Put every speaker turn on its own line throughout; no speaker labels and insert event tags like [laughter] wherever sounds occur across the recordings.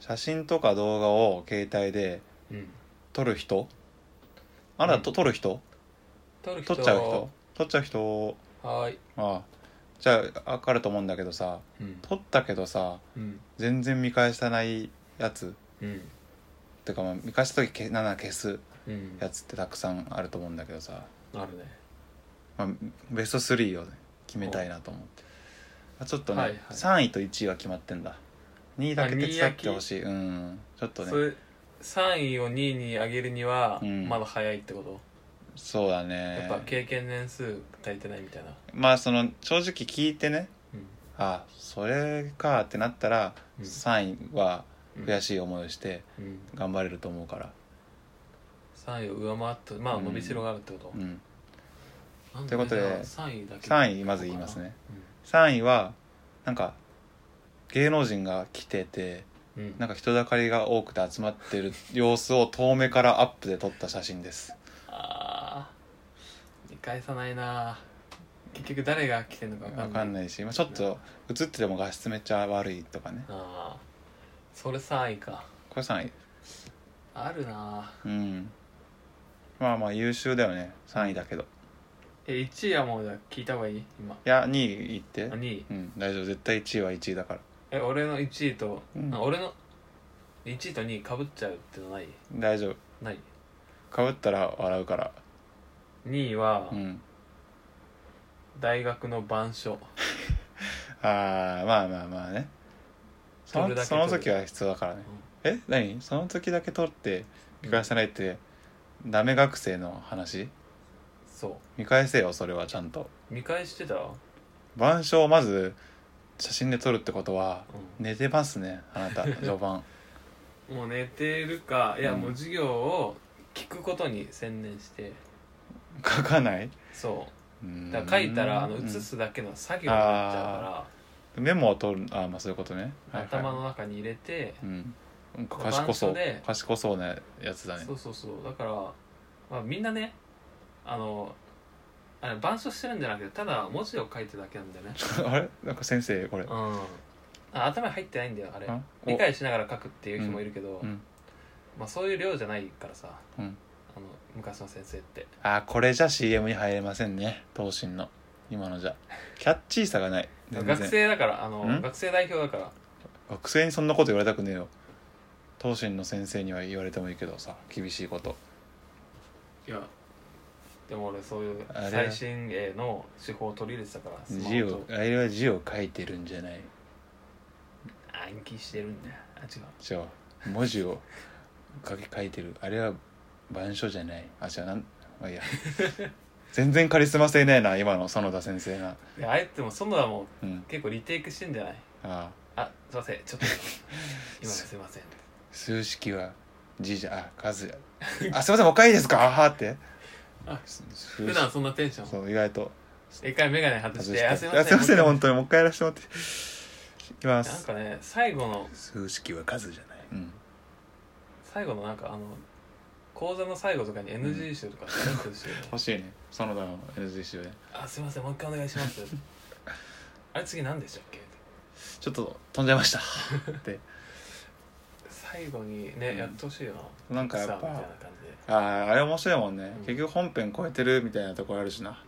写真とか動画を携帯で
うん、
撮る人あなた、と撮る人
撮る
撮
人
っちゃう人撮っちゃう人
はーい、
ああじゃあ分かると思うんだけどさ
うん
撮ったけどさ
うん
全然見返さないやつ
うん
てかまあ見返した時け7消す
うん
やつってたくさんあると思うんだけどさ、
あるね
まあ、ベスト3をね決めたいなと思ってあちょっとね、
はいはい
3位と1位は決まってんだ2位だけ手伝ってほしいうんちょっとね
それ3位を2位に上げるには
うん
まだ早いってこと、
そうだ
や
ね
っぱ経験年数足りてないみたいな、
まあその正直聞いてね
うん
あそれかってなったら
うん
3位は
うん
悔しい思いをして
うん、
頑張れると思うから
3位を上回ってまあ伸びしろがあるってこと、
うん
なん
ということで
3位だけ
3位まず言いますね3位はなんか芸能人が来てて
うん、うん
なんか人だかりが多くて集まってる様子を遠目からアップで撮った写真です
あー見返さないな結局誰が来てんのか分か
わ
んない
かんないし、まあ、ちょっと映ってても画質めっちゃ悪いとかね
ああそれ3位か
これ3位
あるな
うんまあまあ優秀だよね3位だけど
え1位はもうじゃあ聞いた方がいい今
いや2位いって
あ2位
うん大丈夫絶対1位は1位だから
え俺の1位と、
うん
あ俺の1位と2位かぶっちゃうってのない
大丈夫
ない
かぶったら笑うから
2位は
うん
大学の板書、
ああまあまあまあねそ
撮る
の
だけ
そ
撮る
の時は必要だからね、え何その時だけ撮って見返さないって、ダメ学生の話
そ
見返せよそれはちゃんと
う見返してたうん
板書をまず写真で撮るってことは寝てますねあ
[laughs]
なた序盤
もう寝てるかいや、
うん
もう授業を聞くことに専念して
書かない
そううんだから書いたらあの
うん
写すだけの作業になっちゃうから、
メモを取るあーまあそういうことね、はいはい
頭の中に入れて、
うんなんか賢そ
板書
う
で
賢そうなやつだね
そうそうそうだから、まあ、みんなねあのあれ板書してるんじゃなくてただ文字を書いてるだけなんだよね
[laughs] あれなんか先生これ
うんあ頭に入ってないんだよあれ
あお
理解しながら書くっていう人もいるけど、
うん
まあ、そういう量じゃないからさ
うん
あの昔の先生って
あーこれじゃ CM に入れませんね東進の今のじゃキャッチーさがない全然
学生だからあの
ん
学生代表だから
学生にそんなこと言われたくねえよ東進の先生には言われてもいいけどさ厳しいこと
いやでも俺そういう
あれ
最新鋭の手法を取り入れてたからスマ
字
ホ
を
と
あれは字を書いてるんじゃない
暗記してるんだよあ違う
違う文字を書き書いてるあれは板書じゃないあ違うなんまあ
[laughs]
いいや全然カリスマ性ねえな今の園田先生が
いやあえても園田も
うん
結構リテイクしてんじゃない
ああ
あすいませんちょっ [laughs] と今のすいません
数式は字じゃあ数やあすいませんもう一回いいです [laughs] かあはって
あ
す数
普段そんなテンション
そう意外と
一回眼鏡外
外
し
してて
あ
あ
す
す
い
い
ま
ま
せん
せんね
もう
本当にもう一回やらせてもらっていきま
一回なん
す
かね最後の
数式は数じゃないうん
最後のなんかあの講座の最後とかに NG 集とか出してほしいよね
欲しいね園田の NG 集ね
あすいませんもう一回お願いしますあれ次何でしたっけ
ちょっと飛んじゃいま [laughs] したって
最後にね、
うん
やってほしいよな
なんかやっぱ
さあみたいな感じで、
あああれ面白いもんね、
うん
結局本編超えてるみたいなところあるしな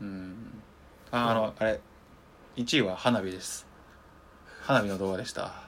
うん
うんああの、あれ1位は花火です花火の動画でした